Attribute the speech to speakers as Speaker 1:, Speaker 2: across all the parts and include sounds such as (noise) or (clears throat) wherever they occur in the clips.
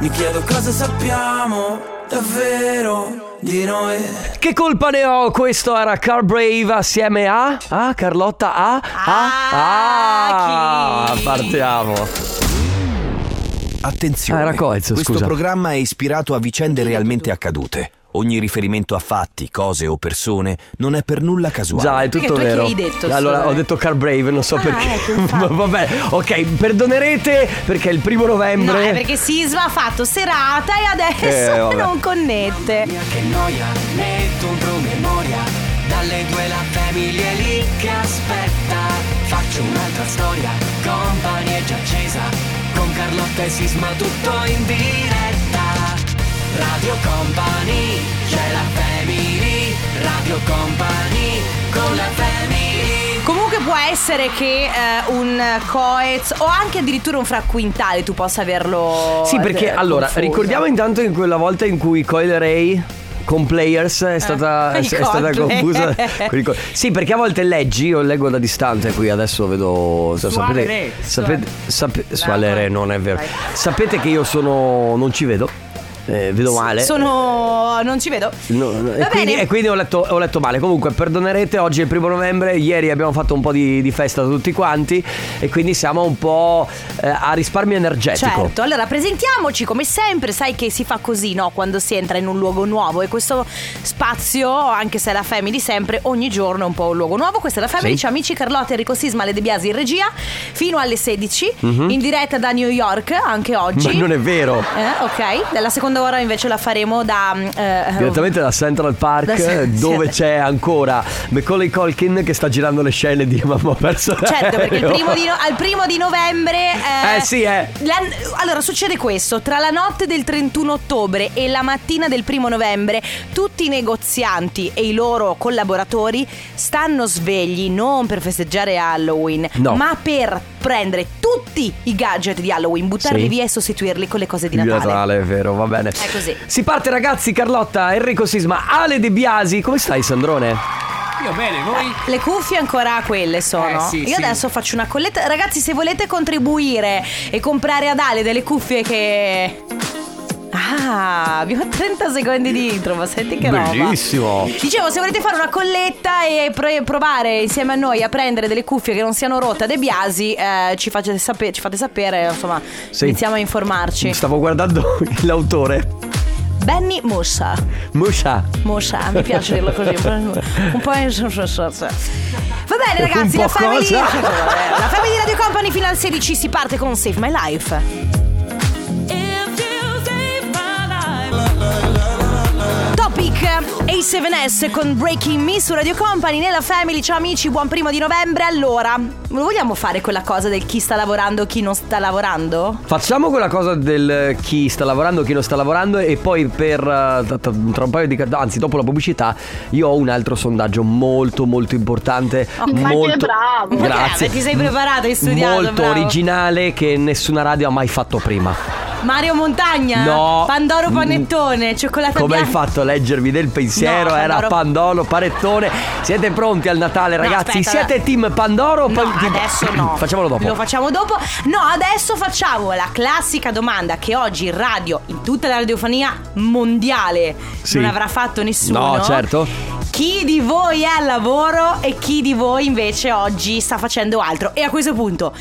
Speaker 1: Mi chiedo cosa sappiamo davvero di noi.
Speaker 2: Che colpa ne ho? Questo era Car Brave assieme a. Ah, Carlotta A.
Speaker 3: Ah,
Speaker 2: Ah, ah,
Speaker 3: chi?
Speaker 2: partiamo.
Speaker 4: Attenzione,
Speaker 2: Ah, era Coez,
Speaker 4: questo
Speaker 2: scusa.
Speaker 4: programma è ispirato a vicende realmente accadute. Ogni riferimento a fatti, cose o persone non è per nulla casuale.
Speaker 2: Già, è
Speaker 3: Perché
Speaker 2: tutto
Speaker 3: tu chi
Speaker 2: vero.
Speaker 3: hai detto,
Speaker 2: allora,
Speaker 3: scusa? eh.
Speaker 2: ho detto Car Brave, non so
Speaker 3: Ah,
Speaker 2: perché.
Speaker 3: ecco,
Speaker 2: (laughs)
Speaker 3: infatti.
Speaker 2: Vabbè, ok, perdonerete perché il primo
Speaker 3: No,
Speaker 2: novembre.
Speaker 3: è perché Sisma ha fatto serata e (laughs)
Speaker 2: Eh,
Speaker 3: adesso
Speaker 2: vabbè.
Speaker 3: non connette.
Speaker 1: Mia che noia, metto un promemoria. Dalle due la famiglia è lì che aspetta. Faccio un'altra storia, compagnia è già accesa. Con Carlotta e Sisma tutto in diretta. Radio Company, c'è la family. Radio Company, con la family.
Speaker 3: Comunque può essere che eh, un coez o anche addirittura un fracquintale tu possa averlo.
Speaker 2: Sì, perché
Speaker 3: eh,
Speaker 2: allora,
Speaker 3: confuso.
Speaker 2: ricordiamo intanto in quella volta in cui Coil Ray con Players
Speaker 3: Eh,
Speaker 2: è
Speaker 3: (laughs)
Speaker 2: stata, è
Speaker 3: i
Speaker 2: stata
Speaker 3: Coldplay.
Speaker 2: confusa. con i Coil- sì, perché a volte leggi, io leggo da distante qui, adesso vedo. se sapete,
Speaker 3: Sualere,
Speaker 2: sapete, sape- sualere, non è vero. Sapete che io sono. non ci vedo. eh, vedo male.
Speaker 3: Sono. non ci vedo.
Speaker 2: No, no, e,
Speaker 3: Va
Speaker 2: quindi,
Speaker 3: bene.
Speaker 2: e quindi ho letto, ho letto male. Comunque, perdonerete, oggi è il primo novembre. Ieri abbiamo fatto un po' di, di festa tutti quanti. E quindi siamo un po' eh, a risparmio energetico.
Speaker 3: Certo, allora presentiamoci come sempre, sai che si fa così, no? Quando si entra in un luogo nuovo e questo spazio, anche se è la Family sempre, ogni giorno è un po' un luogo nuovo. Questa è la Family,
Speaker 2: Sì.
Speaker 3: ciao amici Carlotta, Enrico Sisma, Le De Biasi in regia, fino alle 16, in diretta da New York anche oggi.
Speaker 2: Mhm. Ma non è vero.
Speaker 3: Eh, ok, dalla seconda ora invece la faremo da... eh,
Speaker 2: Direttamente da Central Park
Speaker 3: Da Cent-
Speaker 2: dove
Speaker 3: sì.
Speaker 2: c'è ancora Macaulay Colkin che sta girando le scene di Mamma ho perso
Speaker 3: Certo, perché il
Speaker 2: (laughs) l'aereo".
Speaker 3: primo di no- al primo di novembre. Eh,
Speaker 2: Eh, sì, eh.
Speaker 3: la- allora, succede questo: tra la notte del 31 ottobre e la mattina del primo novembre, tutti i negozianti e i loro collaboratori stanno svegli non per festeggiare Halloween,
Speaker 2: No.
Speaker 3: ma per prendere tutti i gadget di Halloween, buttarli
Speaker 2: Sì. Esatto.
Speaker 3: via e sostituirli con le cose di
Speaker 2: Di
Speaker 3: Natale.
Speaker 2: Natale, è vero, va bene.
Speaker 3: È così.
Speaker 2: Si parte ragazzi, Carlotta, Enrico Sisma, Ale De Biasi. Come stai, Sandrone?
Speaker 5: Io bene, voi?
Speaker 3: Le cuffie ancora quelle sono.
Speaker 5: Eh, sì,
Speaker 3: Io
Speaker 5: sì.
Speaker 3: adesso faccio una colletta. Ragazzi, se volete contribuire e comprare ad Ale delle cuffie che. Ah, abbiamo 30 secondi di intro, ma senti che roba.
Speaker 2: Bellissimo.
Speaker 3: Dicevo, se volete fare una colletta e pre- provare insieme a noi a prendere delle cuffie che non siano rotte a De Biasi, eh, ci, facete sape- ci fate sapere, insomma,
Speaker 2: Sì.
Speaker 3: iniziamo a informarci.
Speaker 2: Stavo guardando (laughs) l'autore.
Speaker 3: Benny Mussa.
Speaker 2: Musha.
Speaker 3: Mosha,
Speaker 2: (laughs)
Speaker 3: mi piace dirlo così, un po', un po' in- Va bene ragazzi,
Speaker 2: Un
Speaker 3: la
Speaker 2: po'
Speaker 3: family,
Speaker 2: cosa?
Speaker 3: (laughs) la family Radio Company fino al 16 si parte con Save My Life. Topic A7S con Breaking Me su Radio Company nella Family. Ciao amici, buon primo di novembre. Allora, vogliamo fare quella cosa del chi sta lavorando, chi non sta lavorando?
Speaker 2: Facciamo quella cosa del chi sta lavorando, chi non sta lavorando e poi per eh, tra- tra tra un paio di ca- anzi dopo la pubblicità io ho un altro sondaggio molto molto importante,
Speaker 6: Oh, Ma che
Speaker 2: molto
Speaker 6: bravo.
Speaker 3: Ma
Speaker 2: Grazie.
Speaker 3: che- ti sei preparato, hai studiato,
Speaker 2: Molto
Speaker 3: bravo.
Speaker 2: originale che nessuna radio ha mai fatto
Speaker 3: (laughs)
Speaker 2: prima.
Speaker 3: Mario Montagna?
Speaker 2: No. Mm.
Speaker 3: Pandoro Panettone, cioccolata
Speaker 2: Come hai
Speaker 3: bianca.
Speaker 2: fatto a leggervi del pensiero?
Speaker 3: No,
Speaker 2: Era
Speaker 3: Pandoro-
Speaker 2: Pandoro Panettone. Siete pronti al Natale, ragazzi?
Speaker 3: aspetta,
Speaker 2: Siete
Speaker 3: allora-
Speaker 2: team Pandoro o
Speaker 3: No,
Speaker 2: pan- team-
Speaker 3: adesso
Speaker 2: (clears throat)
Speaker 3: no.
Speaker 2: Facciamolo dopo.
Speaker 3: Lo facciamo dopo. No, adesso facciamo la classica domanda che oggi in radio, in tutta la radiofonia mondiale,
Speaker 2: Sì.
Speaker 3: non avrà fatto nessuno.
Speaker 2: No, certo.
Speaker 3: Chi di voi è al lavoro e chi di voi invece oggi sta facendo altro? E a questo punto.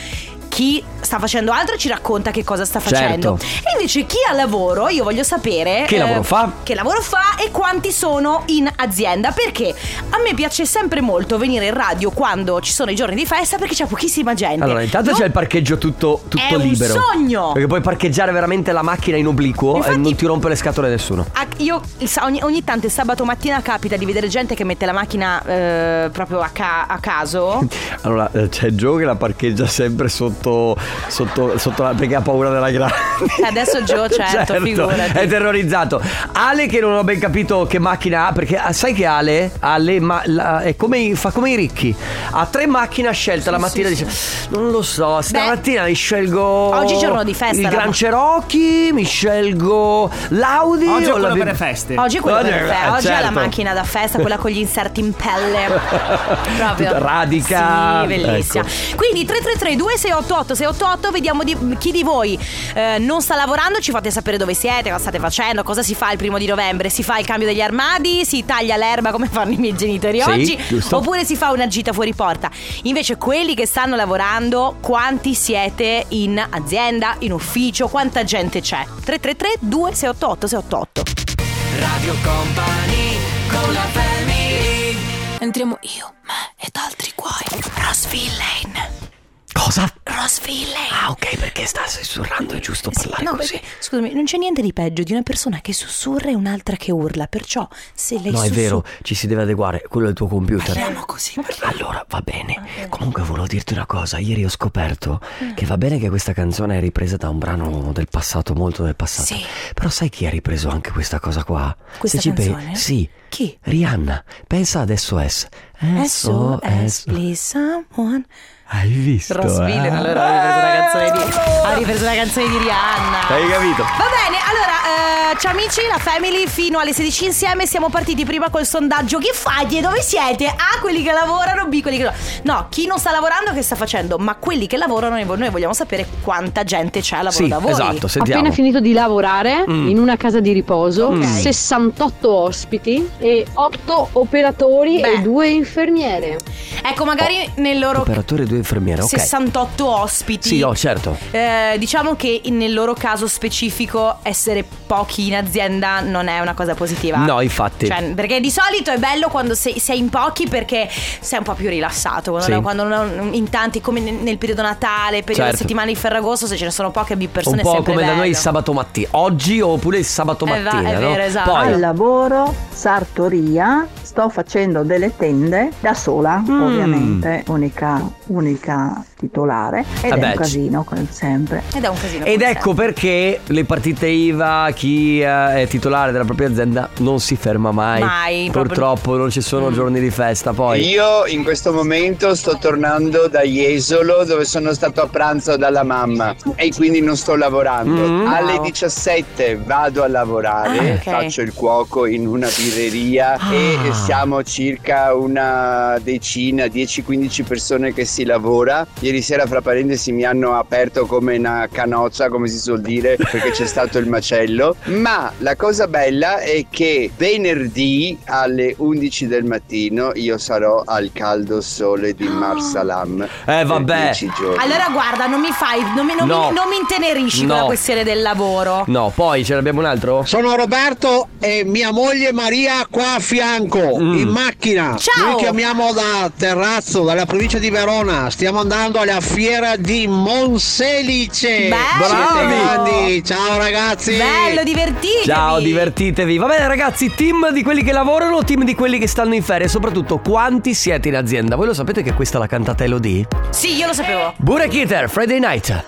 Speaker 3: Chi sta facendo altro ci racconta che cosa sta facendo.
Speaker 2: Certo.
Speaker 3: E invece chi ha lavoro, io voglio sapere. eh,
Speaker 2: Che lavoro fa?
Speaker 3: Che lavoro fa e quanti sono in azienda? Perché a me piace sempre molto venire in radio quando ci sono i giorni di festa perché c'è pochissima gente.
Speaker 2: Allora, intanto
Speaker 3: Non-
Speaker 2: c'è il parcheggio tutto, tutto
Speaker 3: È un
Speaker 2: libero.
Speaker 3: sogno!
Speaker 2: Perché puoi parcheggiare veramente la macchina in obliquo e
Speaker 3: Infatti-
Speaker 2: non ti rompe le scatole nessuno.
Speaker 3: Ah, Io il sa- ogni, ogni tanto il sabato mattina capita di vedere gente che mette la macchina eh, proprio a, ca-
Speaker 2: (laughs)
Speaker 3: a caso.
Speaker 2: Allora, eh, c'è Joe che la parcheggia sempre sotto. sotto, sotto la- perché ha paura della grande.
Speaker 3: Adesso
Speaker 2: (laughs)
Speaker 3: Joe, certo, figurati.
Speaker 2: È terrorizzato. Ale, che non ho ben capito che macchina ha, perché ah, sai che Ale, Ale ma- la- è come, i- fa come i ricchi. Ha tre macchine a scelta la mattina. dice: Non lo so, stamattina mi scelgo.
Speaker 3: oggi è giorno di festa,
Speaker 2: Il
Speaker 3: la-
Speaker 2: Gran Cherokee, mi scelgo l'Audi.
Speaker 5: Oggi è
Speaker 2: o la
Speaker 5: quello
Speaker 2: Bi-
Speaker 5: per le feste.
Speaker 3: Oggi è quello
Speaker 2: Oggi-
Speaker 3: per il
Speaker 2: eh,
Speaker 3: fe- Oggi è la
Speaker 2: certo.
Speaker 3: macchina da festa, quella con gli inserti
Speaker 2: (laughs)
Speaker 3: in pelle. Proprio.
Speaker 2: Tutta radica.
Speaker 3: Sì, bellissima.
Speaker 2: Ecco.
Speaker 3: Quindi 3332688688 388 688 vediamo di- chi di voi eh, non sta lavorando, ci fate sapere dove siete, cosa state facendo, cosa si fa il primo di novembre, si fa il cambio degli armadi, si taglia l'erba come fanno i miei genitori
Speaker 2: Sì,
Speaker 3: oggi,
Speaker 2: giusto.
Speaker 3: oppure si fa una gita fuori porta. Invece quelli che stanno lavorando, quanti siete in azienda, in ufficio, quanta gente c'è? 333 2688 688
Speaker 1: Radio Company con la family
Speaker 5: Entriamo io, me ed altri guai. Rosville Lane.
Speaker 2: Cosa?
Speaker 5: Rosville Lane.
Speaker 2: Ah, ok, perché sta sussurrando, è giusto parlare
Speaker 3: Eh No,
Speaker 2: così.
Speaker 3: perché, scusami, non c'è niente di peggio di una persona che sussurra e un'altra che urla. Perciò, se lei
Speaker 2: No, è
Speaker 3: sussurra-
Speaker 2: vero, ci si deve adeguare, quello è il tuo computer.
Speaker 5: Parliamo così,
Speaker 2: Allora, va bene.
Speaker 3: Ah,
Speaker 2: Comunque volevo dirti una cosa, ieri ho scoperto
Speaker 3: Mm.
Speaker 2: che va bene che questa canzone è ripresa da un brano del passato, molto del passato.
Speaker 5: Sì.
Speaker 2: Però sai chi ha ripreso anche questa cosa qua?
Speaker 3: Questa
Speaker 2: pe-
Speaker 3: canzone?
Speaker 2: sì.
Speaker 3: Chi?
Speaker 2: Rihanna. Pensa ad SOS.
Speaker 3: SOS, please someone.
Speaker 2: Hai visto?
Speaker 3: Rosville,
Speaker 2: eh?
Speaker 3: allora ha ripreso una canzone di ha ripreso una canzone di Rihanna.
Speaker 2: Hai capito?
Speaker 3: Va bene, allora, eh, ciao amici, la family fino alle 16 insieme. Siamo partiti prima col sondaggio. Che fate? Dove siete? A, quelli che lavorano, B, quelli che no. No, chi non sta lavorando che sta facendo? Ma quelli che lavorano, noi noi vogliamo sapere quanta gente c'è al lavoro
Speaker 2: Sì,
Speaker 3: da voi.
Speaker 2: esatto, sentiamo.
Speaker 6: Appena finito di lavorare
Speaker 2: Mm.
Speaker 6: in una casa di riposo,
Speaker 2: Mm.
Speaker 6: 68 ospiti e 8 operatori
Speaker 3: Beh.
Speaker 6: e 2 infermiere.
Speaker 3: Ecco, magari
Speaker 2: Oh,
Speaker 3: nel loro
Speaker 2: Operatore e due infermiere, ok.
Speaker 3: 68 ospiti.
Speaker 2: Sì, no, certo.
Speaker 3: Eh, diciamo che nel loro caso specifico essere pochi in azienda non è una cosa positiva.
Speaker 2: No, infatti.
Speaker 3: Cioè, perché di solito è bello quando sei, sei in pochi perché sei un po' più rilassato. Quando,
Speaker 2: Sì.
Speaker 3: no- quando non- in tanti, come nel- nel periodo Natale, periodo
Speaker 2: Certo.
Speaker 3: settimane di Ferragosto, se ce ne sono poche persone
Speaker 2: un
Speaker 3: è
Speaker 2: po'
Speaker 3: sempre
Speaker 2: come da noi
Speaker 3: bello.
Speaker 2: il sabato mattina. Oggi oppure il sabato
Speaker 3: Eh, va-
Speaker 2: mattina,
Speaker 3: è
Speaker 2: no?
Speaker 3: vero, esatto.
Speaker 2: Poi,
Speaker 7: Al lavoro, sartoria, sto facendo delle tende da sola,
Speaker 2: Mm.
Speaker 7: ovviamente, unica, unica titolare. Ed
Speaker 2: Vabbè,
Speaker 7: è un
Speaker 2: ci-
Speaker 7: casino, come sempre.
Speaker 3: Ed è un casino.
Speaker 2: Ed
Speaker 3: come
Speaker 2: ecco perché le partite IVA, chi eh, è titolare della propria azienda non si ferma mai.
Speaker 3: Mai, proprio- Mm.
Speaker 2: Purtroppo non ci sono giorni di festa. Poi
Speaker 8: Io in questo momento sto tornando da Jesolo dove sono stato a pranzo dalla mamma e quindi non sto lavorando.
Speaker 2: Mm.
Speaker 8: Alle
Speaker 3: Wow.
Speaker 8: 17 vado a lavorare,
Speaker 3: Ah, ok.
Speaker 8: faccio il cuoco in una birreria
Speaker 2: Ah.
Speaker 8: e siamo circa una decina, 10-15 persone che si lavora. Ieri sera fra parentesi mi hanno aperto come una canoccia, come si suol dire, perché c'è stato il macello. Ma la cosa bella è che venerdì alle 11 del mattino io sarò al caldo sole di Marsalam. per
Speaker 2: vabbè.
Speaker 8: 10 giorni.
Speaker 3: Ah. Allora guarda, non mi fai, non mi, non
Speaker 2: No.
Speaker 3: mi- non mi intenerisci con la
Speaker 2: No.
Speaker 3: questione del lavoro.
Speaker 2: No, poi ce n'abbiamo un altro?
Speaker 9: Sono Roberto e mia moglie Maria qua a fianco
Speaker 2: Mm.
Speaker 9: in macchina.
Speaker 3: Ciao.
Speaker 9: Ah, Noi chiamiamo da Terrazzo, dalla provincia di Verona. Stiamo andando alla fiera di Monselice.
Speaker 3: Bello.
Speaker 9: Siete
Speaker 2: Bravi.
Speaker 9: grandi. Ciao ragazzi.
Speaker 3: Bello, divertitevi.
Speaker 2: Ciao, divertitevi. Va bene, ragazzi, team di quelli che lavorano, team di quelli che stanno in ferie. E soprattutto, quanti siete in azienda? Voi lo sapete che questa è la cantata Elodie?
Speaker 3: Sì, io lo sapevo.
Speaker 2: Burek Eater, Friday night.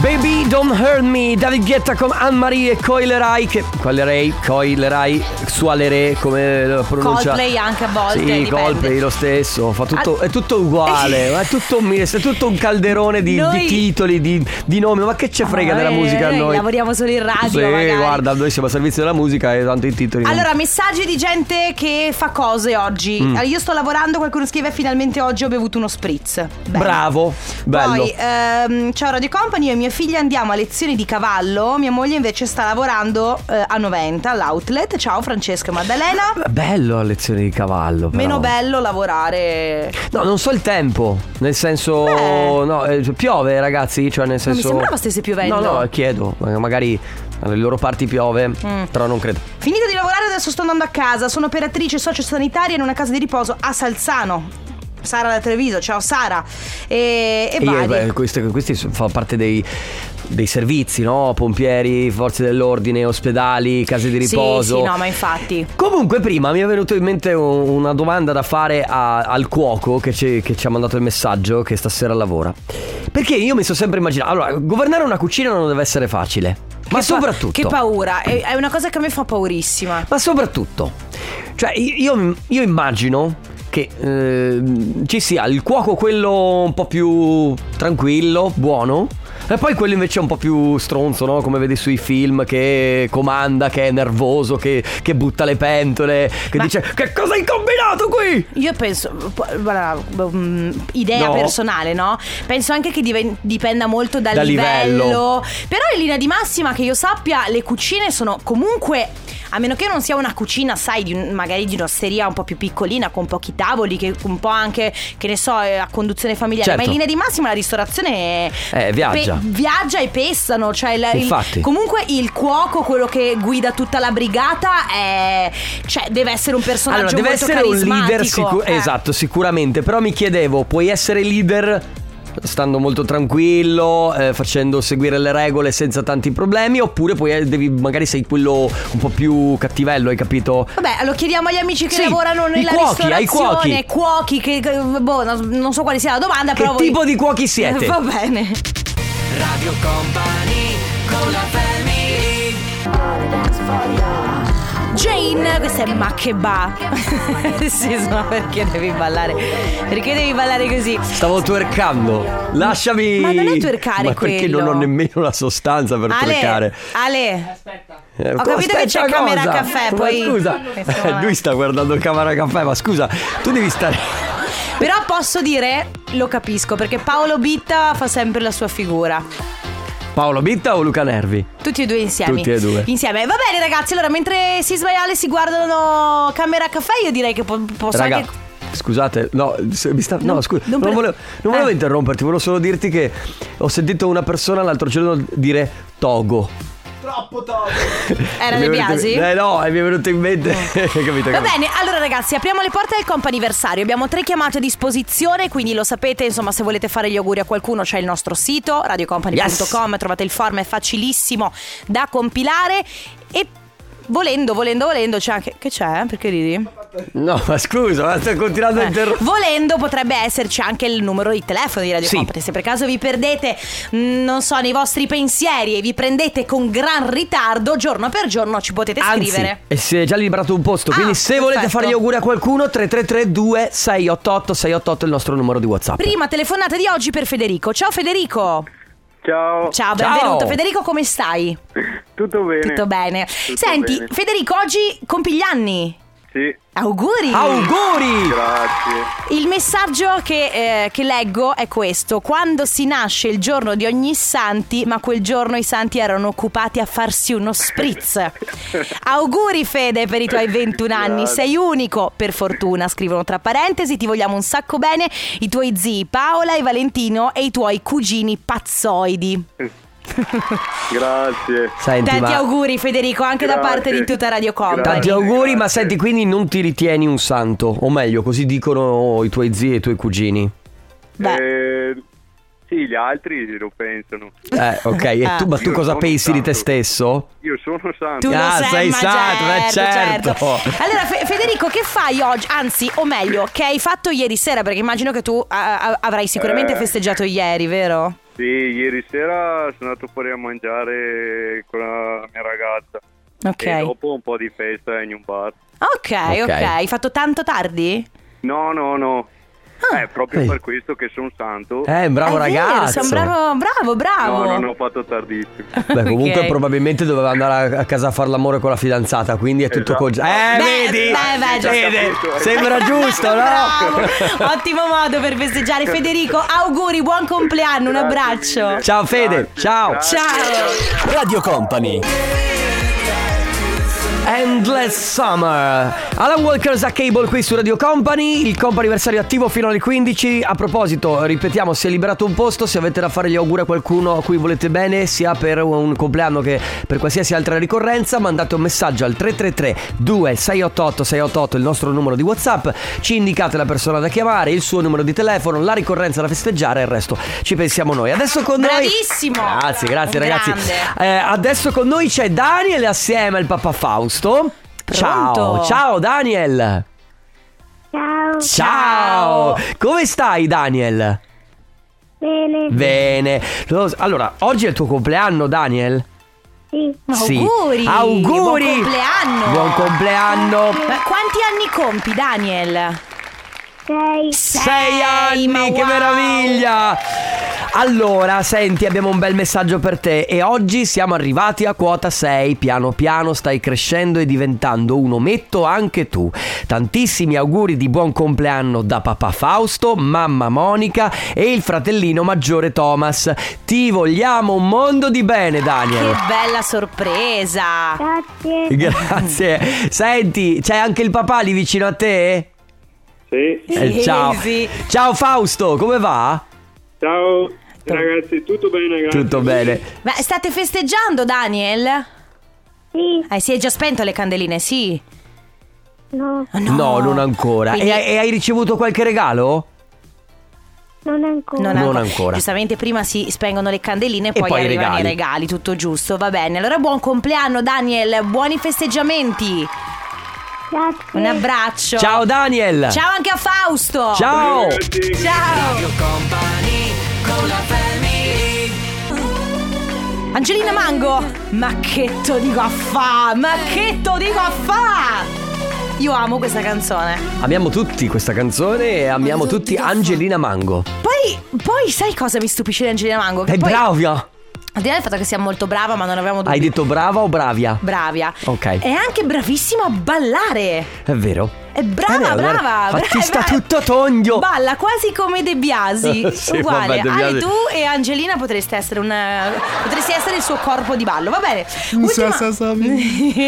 Speaker 2: Baby Don't Hurt Me, David Guetta con Anne-Marie e Coilerai, che Coilerai, Coilerai, Sualere, come lo pronuncia?
Speaker 3: Coldplay anche a volte,
Speaker 2: Sì,
Speaker 3: dipende. Ah.
Speaker 2: Coldplay lo stesso, fa tutto, è tutto uguale, ma è tutto un, è tutto un calderone di, di
Speaker 3: Noi-
Speaker 2: titoli, di, di nomi, ma che ce frega
Speaker 3: Ah,
Speaker 2: della
Speaker 3: eh,
Speaker 2: musica a
Speaker 3: noi
Speaker 2: noi?
Speaker 3: lavoriamo solo in radio,
Speaker 2: Sì,
Speaker 3: magari.
Speaker 2: guarda, noi siamo a servizio della musica e tanto i titoli. non-
Speaker 3: Allora, messaggi di gente che fa cose oggi.
Speaker 2: Mm.
Speaker 3: Allora, Io sto lavorando, qualcuno scrive finalmente oggi ho bevuto uno spritz. Bello.
Speaker 2: Bravo, bello.
Speaker 3: Poi, ehm, ciao Radio Company, io e mia figlia andiamo a lezioni di cavallo, mia moglie invece sta lavorando eh, a 90 all'outlet. Ciao Francesco e Maddalena.
Speaker 2: Bello a lezione di cavallo. Però.
Speaker 3: Meno bello lavorare.
Speaker 2: No, non so il tempo. Nel senso.
Speaker 3: Beh.
Speaker 2: No, eh, piove, ragazzi. Cioè, nel senso.
Speaker 3: sembrava stesse piovendo.
Speaker 2: No, no, chiedo. ma- Magari alle loro parti piove.
Speaker 3: Mm.
Speaker 2: Però non credo.
Speaker 3: Finito di lavorare, adesso sto andando a casa. Sono operatrice sociosanitaria in una casa di riposo a Salzano. Sara da Treviso, ciao Sara. E, e,
Speaker 2: io,
Speaker 3: vari.
Speaker 2: Eh, beh, questi, questi so- fanno parte dei. Dei servizi, no? Pompieri, forze dell'ordine, ospedali, case di
Speaker 3: Sì,
Speaker 2: riposo.
Speaker 3: sì, no, ma infatti.
Speaker 2: Comunque, prima mi è venuto in mente un- una domanda da fare a- al cuoco che ci, che ci ha mandato il messaggio che stasera lavora. Perché io mi sono sempre immaginato. Allora, governare una cucina non deve essere facile. Ma
Speaker 3: Che pa-
Speaker 2: soprattutto.
Speaker 3: che paura, è, è una cosa che a me fa paurissima.
Speaker 2: Ma soprattutto, cioè io, io immagino che ehm, ci sia il cuoco quello un po' più tranquillo, buono, E poi quello invece è un po' più stronzo, no? Come vedi sui film, che comanda, che è nervoso, che, che butta le pentole, che dice Che cosa hai combinato qui?
Speaker 3: Io penso, po- guarda, mm, idea
Speaker 2: No.
Speaker 3: personale, no? Penso anche che diven- dipenda molto dal
Speaker 2: Da
Speaker 3: livello.
Speaker 2: livello.
Speaker 3: Però in linea di massima, che io sappia, le cucine sono comunque. A meno che non sia una cucina, sai, di un- magari di un'osteria un po' più piccolina, con pochi tavoli, che un po' anche, che ne so, eh, a conduzione familiare.
Speaker 2: Certo.
Speaker 3: Ma in linea di massima la ristorazione
Speaker 2: Eh, viaggia.
Speaker 3: viaggia e pestano. Cioè la- il-
Speaker 2: Infatti.
Speaker 3: comunque il cuoco, quello che guida tutta la brigata, è, cioè, deve essere un personaggio
Speaker 2: Allora, deve
Speaker 3: molto
Speaker 2: essere un leader
Speaker 3: carismatico.
Speaker 2: sicuro.
Speaker 3: Eh.
Speaker 2: Esatto, sicuramente. Però mi chiedevo, puoi essere leader stando molto tranquillo, eh, facendo seguire le regole senza tanti problemi? Oppure puoi, eh, devi, magari sei quello un po' più cattivello, hai capito?
Speaker 3: Vabbè, lo chiediamo agli amici che
Speaker 2: Sì,
Speaker 3: lavorano
Speaker 2: i
Speaker 3: nella
Speaker 2: cuochi, ai
Speaker 3: ristorazione, cuochi, che, che- boh, non, non so quale sia la domanda,
Speaker 2: Che
Speaker 3: però
Speaker 2: tipo
Speaker 3: (laughs) voi...
Speaker 2: di cuochi siete?
Speaker 3: Va bene.
Speaker 1: Radio Company con la family
Speaker 3: Jane, questa è ma che ba. (laughs) sì, ma perché devi ballare? Perché devi ballare così?
Speaker 2: Stavo twerkando. Lasciami.
Speaker 3: Ma non è twerkare
Speaker 2: Ma perché
Speaker 3: quello?
Speaker 2: non ho nemmeno la sostanza per
Speaker 3: Ale,
Speaker 2: twerkare?
Speaker 3: Ale.
Speaker 2: Eh,
Speaker 3: Ho capito che c'è
Speaker 2: aspetta
Speaker 3: camera
Speaker 2: cosa?
Speaker 3: caffè,
Speaker 2: Ma
Speaker 3: poi-
Speaker 2: Scusa,
Speaker 3: Insomma.
Speaker 2: Eh, lui sta guardando camera caffè, ma scusa, tu devi stare.
Speaker 3: Però posso dire, lo capisco, perché Paolo Bitta fa sempre la sua figura.
Speaker 2: Paolo Bitta o Luca Nervi?
Speaker 3: Tutti e due insieme.
Speaker 2: Tutti e due.
Speaker 3: Insieme. Va bene, ragazzi. Allora, mentre Sisma e Ale si guardano camera a caffè, io direi che po- posso
Speaker 2: Raga,
Speaker 3: anche.
Speaker 2: scusate, no, se- mi sta, no,
Speaker 3: Non-
Speaker 2: scusa,
Speaker 3: non
Speaker 2: non,
Speaker 3: per-
Speaker 2: volevo, non volevo
Speaker 3: Eh.
Speaker 2: interromperti, volevo solo dirti che ho sentito una persona l'altro giorno dire Togo.
Speaker 3: Era
Speaker 2: Mi
Speaker 3: De
Speaker 2: è venuto in-
Speaker 3: Biasi? Oh.
Speaker 2: Eh no, e mi è venuto in mente. (laughs) capito?
Speaker 3: Va
Speaker 2: capito?
Speaker 3: bene, allora ragazzi, apriamo le porte del comp anniversario. Abbiamo tre chiamate a disposizione, quindi lo sapete, insomma, se volete fare gli auguri a qualcuno c'è il nostro sito radiocompany.com, trovate il form, è facilissimo da compilare e volendo, volendo, volendo c'è anche che c'è? eh? Perché ridi?
Speaker 2: No, ma scusa, ma sto continuando a
Speaker 3: Eh,
Speaker 2: interrompere.
Speaker 3: Volendo potrebbe esserci anche il numero di telefono di Radio
Speaker 2: Sì.
Speaker 3: Company. Se per caso vi perdete, mh, non so, nei vostri pensieri e vi prendete con gran ritardo, giorno per giorno ci potete scrivere.
Speaker 2: E si è già liberato un posto.
Speaker 3: Ah,
Speaker 2: quindi, se volete
Speaker 3: perfetto.
Speaker 2: fare gli auguri a qualcuno, 333-2688-688 è il nostro numero di WhatsApp.
Speaker 3: Prima telefonata di oggi per Federico. Ciao Federico.
Speaker 10: Oh, Ciao,
Speaker 3: Ciao, benvenuto. Federico, come stai?
Speaker 10: tutto bene?
Speaker 3: Tutto bene. Senti,
Speaker 10: bene.
Speaker 3: Federico, oggi compi gli anni.
Speaker 10: Sì,
Speaker 3: Auguri!
Speaker 2: Auguri!
Speaker 10: grazie.
Speaker 3: Il messaggio che, eh, che leggo è questo: quando si nasce il giorno di ogni santi, ma quel giorno i santi erano occupati a farsi uno spritz. Auguri, Fede, per i tuoi 21 anni.
Speaker 10: Grazie.
Speaker 3: Sei unico, per fortuna. Scrivono tra parentesi: ti vogliamo un sacco bene. I tuoi zii Paola e Valentino e i tuoi cugini pazzoidi.
Speaker 10: Grazie.
Speaker 2: Senti,
Speaker 3: Tanti
Speaker 2: ma-
Speaker 3: auguri, Federico, anche da
Speaker 10: Grazie.
Speaker 3: parte di tutta Radio Company.
Speaker 2: Tanti
Speaker 10: Grazie,
Speaker 2: auguri, ma
Speaker 10: grazie.
Speaker 2: senti, quindi non ti ritieni un santo. O meglio, così dicono i tuoi zii e i tuoi cugini.
Speaker 3: Beh.
Speaker 10: Eh, sì, gli altri lo pensano.
Speaker 2: Eh, ok. E
Speaker 3: Ah.
Speaker 2: tu, ma tu
Speaker 10: Io
Speaker 2: cosa
Speaker 10: sono
Speaker 2: pensi di te
Speaker 10: santo.
Speaker 2: stesso?
Speaker 10: Io sono
Speaker 3: Tu
Speaker 10: santo.
Speaker 3: lo
Speaker 2: Ah,
Speaker 3: sai,
Speaker 2: sei
Speaker 3: ma
Speaker 2: santo, ma
Speaker 3: certo,
Speaker 2: certo.
Speaker 3: certo. Allora, Fe- Federico, che fai oggi? Anzi, o meglio, che hai fatto ieri sera? Perché immagino che tu a- a- avrai sicuramente
Speaker 10: Eh.
Speaker 3: festeggiato ieri, vero?
Speaker 10: Sì, ieri sera sono andato fuori a mangiare con la mia ragazza.
Speaker 3: Ok.
Speaker 10: E dopo un po' di festa in un bar.
Speaker 3: ok, ok.
Speaker 2: Ok.
Speaker 3: Hai fatto tanto tardi?
Speaker 10: No, no, no.
Speaker 3: Ah.
Speaker 10: È proprio
Speaker 2: Ehi.
Speaker 10: per questo che sono santo.
Speaker 2: Eh, bravo
Speaker 3: È vero,
Speaker 2: ragazzo.
Speaker 3: sei un bravo, bravo, bravo.
Speaker 10: No, non ho fatto tardissimo.
Speaker 2: Beh, comunque
Speaker 3: Ok.
Speaker 2: probabilmente doveva andare a- a casa a fare l'amore con la fidanzata, quindi è tutto
Speaker 10: Esatto.
Speaker 2: cogito. Eh,
Speaker 3: Beh,
Speaker 2: vedi?
Speaker 3: beh, beh, già
Speaker 2: Vede?
Speaker 10: capito. eh.
Speaker 2: Sembra giusto, no?
Speaker 10: (laughs)
Speaker 3: Bravo. Ottimo modo per festeggiare, Federico. Auguri, buon compleanno, un
Speaker 10: Grazie
Speaker 3: abbraccio.
Speaker 10: mille.
Speaker 2: Ciao Fede,
Speaker 10: Grazie,
Speaker 2: ciao.
Speaker 10: grazie.
Speaker 3: Ciao.
Speaker 4: Radio Company.
Speaker 2: Endless Summer Alan Walker Zack Cable qui su Radio Company Il comp anniversario attivo fino alle 15 A proposito, ripetiamo, si è liberato un posto Se avete da fare gli auguri a qualcuno a cui volete bene Sia per un compleanno che per qualsiasi altra ricorrenza Mandate un messaggio al 333 2688 688 Il nostro numero di Whatsapp Ci indicate la persona da chiamare Il suo numero di telefono La ricorrenza da festeggiare E il resto ci pensiamo noi Adesso con noi
Speaker 3: Bravissimo.
Speaker 2: Grazie, grazie
Speaker 3: Un
Speaker 2: ragazzi
Speaker 3: grande.
Speaker 2: eh, adesso con noi c'è Daniel assieme al papà Fausto.
Speaker 3: Pronto?
Speaker 2: Ciao, ciao Daniel. Ciao. Ciao. Come stai Daniel? Bene. Bene. Lo- Allora, oggi è il tuo compleanno Daniel? Sì.
Speaker 3: Auguri.
Speaker 2: Auguri.
Speaker 3: Buon compleanno.
Speaker 2: Buon compleanno.
Speaker 3: Ma quanti anni compi, Daniel?
Speaker 11: Sei.
Speaker 2: Sei anni, che meraviglia! Allora, senti, abbiamo un bel messaggio per te e oggi siamo arrivati a quota 6. Piano piano stai crescendo e diventando un ometto anche tu. Tantissimi auguri di buon compleanno da papà Fausto, mamma Monica e il fratellino maggiore Thomas. Ti vogliamo un mondo di bene, Daniel.
Speaker 3: Che bella sorpresa!
Speaker 11: Grazie.
Speaker 2: Grazie. Senti, c'è anche il papà lì vicino a te?
Speaker 10: Sì.
Speaker 2: Eh, ciao. Ciao Fausto, come va?
Speaker 10: Ciao ragazzi, tutto bene? Grazie.
Speaker 2: Tutto bene.
Speaker 3: Ma state festeggiando, Daniel?
Speaker 11: Sì.
Speaker 3: Eh, si è già spento le candeline, sì. Ah,
Speaker 11: No,
Speaker 2: No, non ancora.
Speaker 3: Quindi-
Speaker 2: E, hai- e hai ricevuto qualche regalo?
Speaker 11: non ancora.
Speaker 2: Non ancora.
Speaker 3: Giustamente prima si spengono le candeline e, poi,
Speaker 2: poi i
Speaker 3: arrivano
Speaker 2: regali.
Speaker 3: i regali, tutto giusto, va bene. Allora buon compleanno Daniel, buoni festeggiamenti.
Speaker 11: Grazie.
Speaker 3: Un abbraccio.
Speaker 2: Ciao Daniel!
Speaker 3: Ciao anche a Fausto.
Speaker 2: Ciao!
Speaker 3: Ciao. Angelina Mango, ma che to dico a fa? Ma che to dico a fa? Io amo questa canzone.
Speaker 2: Amiamo tutti questa canzone e amiamo tutti Angelina Mango.
Speaker 3: Poi, poi sai cosa mi stupisce di Angelina Mango? Che
Speaker 2: È
Speaker 3: poi,
Speaker 2: bravia!
Speaker 3: Al di là del fatto che sia molto brava, ma non avevamo dubbi.
Speaker 2: Hai detto brava o bravia?
Speaker 3: Bravia.
Speaker 2: Ok.
Speaker 3: È anche bravissima a ballare.
Speaker 2: È vero.
Speaker 3: È Eh, brava,
Speaker 2: È vero, Eh, guarda.
Speaker 3: brava. (laughs)
Speaker 2: Ma ti
Speaker 3: brava.
Speaker 2: sta tutto tondo.
Speaker 3: Balla quasi come De Biasi.
Speaker 2: (laughs) Sì,
Speaker 3: Uguale.
Speaker 2: vabbè, De
Speaker 3: Ale,
Speaker 2: Biasi.
Speaker 3: tu e Angelina potreste essere una. Potresti essere il suo corpo di ballo. Va bene. Ultima...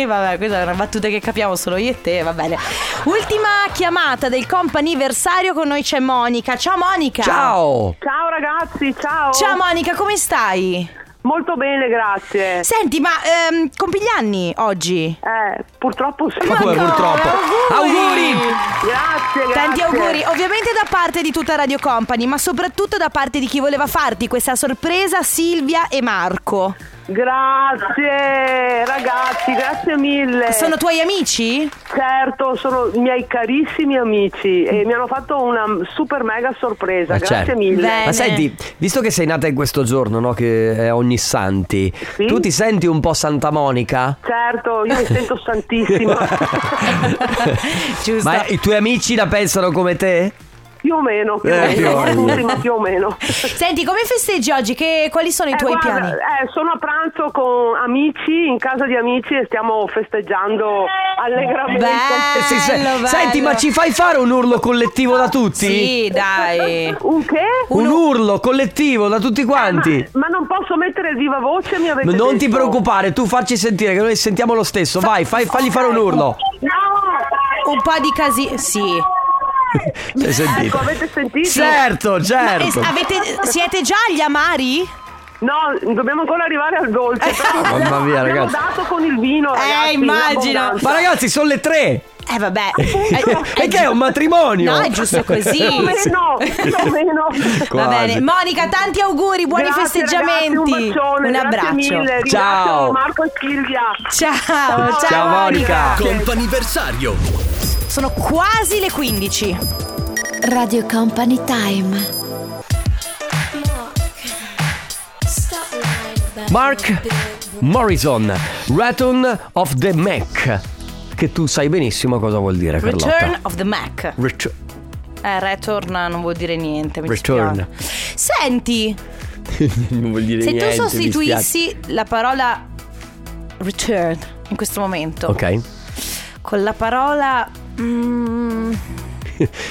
Speaker 3: (laughs) vabbè, questa è una battuta che capiamo solo io e te, va bene. Ultima chiamata del comp anniversario con noi c'è Monica. Ciao Monica!
Speaker 2: Ciao!
Speaker 12: Ciao ragazzi, ciao.
Speaker 3: Ciao Monica, come stai?
Speaker 12: Molto bene, grazie.
Speaker 3: Senti, ma ehm, compi gli anni oggi?
Speaker 12: Eh, purtroppo sì.
Speaker 2: Ma come
Speaker 3: no,
Speaker 2: purtroppo?
Speaker 3: Auguri!
Speaker 12: Grazie, grazie.
Speaker 3: Tanti auguri, ovviamente da parte di tutta Radio Company, ma soprattutto da parte di chi voleva farti questa sorpresa, Silvia e Marco.
Speaker 12: Grazie, ragazzi, grazie
Speaker 2: Eh.
Speaker 12: mille.
Speaker 3: Sono tuoi amici?
Speaker 12: Certo, sono i miei carissimi amici e mi hanno fatto una super mega sorpresa.
Speaker 2: Ma
Speaker 12: grazie
Speaker 2: certo.
Speaker 12: mille.
Speaker 2: Ma
Speaker 3: (laughs)
Speaker 2: senti, visto che sei nata in questo giorno, no? Che è ogni santi, tu ti senti un po' Santa Monica?
Speaker 12: Certo, io mi sento santissima.
Speaker 2: (laughs) Ma i tuoi amici la pensano come te?
Speaker 12: più o meno, più o
Speaker 2: Eh, più o
Speaker 12: meno.
Speaker 2: meno.
Speaker 12: Scusi, ma più o meno.
Speaker 3: Senti, come festeggi oggi? Che- quali sono i
Speaker 12: Eh,
Speaker 3: tuoi
Speaker 12: guarda,
Speaker 3: piani?
Speaker 12: eh, sono a pranzo con amici, in casa di amici e stiamo festeggiando allegramente.
Speaker 2: Eh, sì, se- Senti, ma ci fai fare un urlo collettivo da tutti?
Speaker 3: Sì, dai.
Speaker 12: Un che?
Speaker 2: (laughs) Un urlo collettivo da tutti quanti.
Speaker 12: Eh, Ma non posso mettere il viva voce, mi avete
Speaker 2: non
Speaker 12: detto.
Speaker 2: ti preoccupare, tu facci sentire che noi sentiamo lo stesso. Vai, fai- fagli fare un urlo.
Speaker 3: Un po' di casino. Sì.
Speaker 2: L'hai sentito?
Speaker 12: Ecco, esatto. avete sentito?
Speaker 2: Certo, certo.
Speaker 3: Ma, eh, avete- siete già agli amari? Eh,
Speaker 12: No, dobbiamo ancora arrivare al dolce. però
Speaker 2: Eh, Mamma mia,
Speaker 12: abbiamo
Speaker 2: ragazzi.
Speaker 12: dato con il vino, ragazzi,
Speaker 3: Eh,
Speaker 12: in
Speaker 3: immagino.
Speaker 12: abbondanza.
Speaker 2: Ma ragazzi, sono le tre.
Speaker 3: Eh,
Speaker 2: (laughs)
Speaker 3: vabbè. Eh,
Speaker 2: e che è un matrimonio?
Speaker 3: No, è giusto
Speaker 2: (laughs)
Speaker 3: così.
Speaker 12: Più o
Speaker 3: (laughs)
Speaker 12: meno, Eh, più o meno.
Speaker 3: Va
Speaker 2: Quasi.
Speaker 3: bene, Monica, tanti auguri, buoni
Speaker 12: Grazie,
Speaker 3: festeggiamenti.
Speaker 12: ragazzi, un bacione, grazie
Speaker 3: abbraccio.
Speaker 12: mille. Ringrazio
Speaker 2: Ciao.
Speaker 12: Marco e Silvia.
Speaker 3: Ciao, ciao,
Speaker 2: Ciao, Monica.
Speaker 1: Comp'anniversario
Speaker 3: Sono quasi le 15.
Speaker 5: Radio Company Time.
Speaker 2: Mark Morrison, Return of the Mac. Che tu sai benissimo cosa vuol dire, Carlotta.
Speaker 3: Return of the Mac.
Speaker 2: Retu-
Speaker 3: Eh, return non vuol dire niente. Mi
Speaker 2: Return.
Speaker 3: dispiace. Senti,
Speaker 2: non vuol dire niente.
Speaker 3: se tu
Speaker 2: mi dispiace.
Speaker 3: sostituissi la parola return in questo momento
Speaker 2: Ok.
Speaker 3: con la parola mm,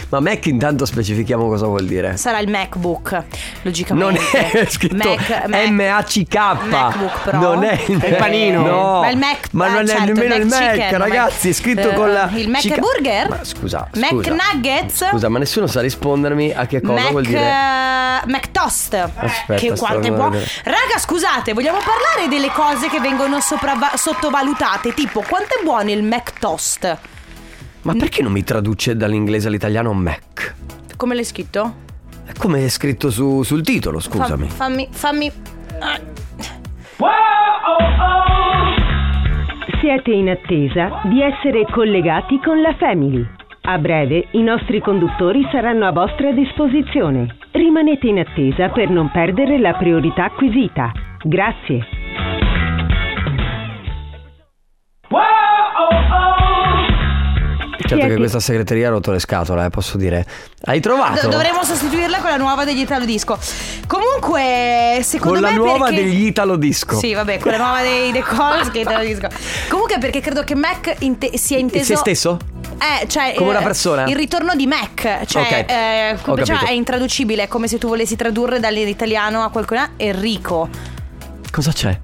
Speaker 2: Ma Mac intanto specifichiamo cosa vuol dire.
Speaker 3: sarà il MacBook, logicamente.
Speaker 2: Non è (laughs) scritto
Speaker 3: Mac, Mac-
Speaker 2: M-A-C-K.
Speaker 3: MacBook Pro.
Speaker 2: Non è il
Speaker 3: Eh,
Speaker 2: panino. No.
Speaker 3: ma il Mac-
Speaker 2: Ma
Speaker 3: eh,
Speaker 2: non
Speaker 3: certo,
Speaker 2: è
Speaker 3: il
Speaker 2: nemmeno
Speaker 3: Mac
Speaker 2: il Mac,
Speaker 3: Chicken, il
Speaker 2: ragazzi.
Speaker 3: Mac-
Speaker 2: È scritto
Speaker 3: eh,
Speaker 2: con la.
Speaker 3: il Mac
Speaker 2: Chica-
Speaker 3: Burger?
Speaker 2: Ma scusa.
Speaker 3: Mac
Speaker 2: scusa.
Speaker 3: Nuggets?
Speaker 2: Scusa, ma nessuno sa rispondermi a che cosa
Speaker 3: Mac,
Speaker 2: vuol dire.
Speaker 3: eh, Mac Toast.
Speaker 2: Aspetta,
Speaker 3: che
Speaker 2: sto
Speaker 3: quante
Speaker 2: andando a
Speaker 3: buone.
Speaker 2: vedere.
Speaker 3: Raga, scusate, vogliamo parlare delle cose che vengono sopravva- sottovalutate? Tipo, quanto è buono il Mac Toast?
Speaker 2: Ma perché non mi traduce dall'inglese all'italiano Mac?
Speaker 3: Come l'hai scritto?
Speaker 2: È come è scritto su- sul titolo,
Speaker 3: Fam-
Speaker 2: scusami.
Speaker 3: fammi, fammi. ah,
Speaker 13: Siete in attesa di essere collegati con la Family. A breve i nostri conduttori saranno a vostra disposizione. Rimanete in attesa per non perdere la priorità acquisita. Grazie.
Speaker 2: Certo
Speaker 3: Chi è
Speaker 2: che
Speaker 3: che-
Speaker 2: questa segreteria ha rotto le scatole, eh, posso dire. Hai trovato?
Speaker 3: Do- dovremmo sostituirla con la nuova degli Italo Disco. Comunque, secondo
Speaker 2: Con la
Speaker 3: me
Speaker 2: nuova
Speaker 3: perché...
Speaker 2: degli Italo Disco.
Speaker 3: Sì, vabbè, con la nuova dei The Calls che Italo
Speaker 2: (laughs)
Speaker 3: Disco. Comunque perché credo che Mac inte- sia inteso
Speaker 2: Se stesso?
Speaker 3: Eh, cioè,
Speaker 2: Come una
Speaker 3: eh,
Speaker 2: persona?
Speaker 3: Il ritorno di Mac, cioè,
Speaker 2: Ok,
Speaker 3: eh,
Speaker 2: ho
Speaker 3: cioè,
Speaker 2: capito.
Speaker 3: è intraducibile, è come se tu volessi tradurre dall'italiano a qualcuno Enrico.
Speaker 2: Cosa c'è?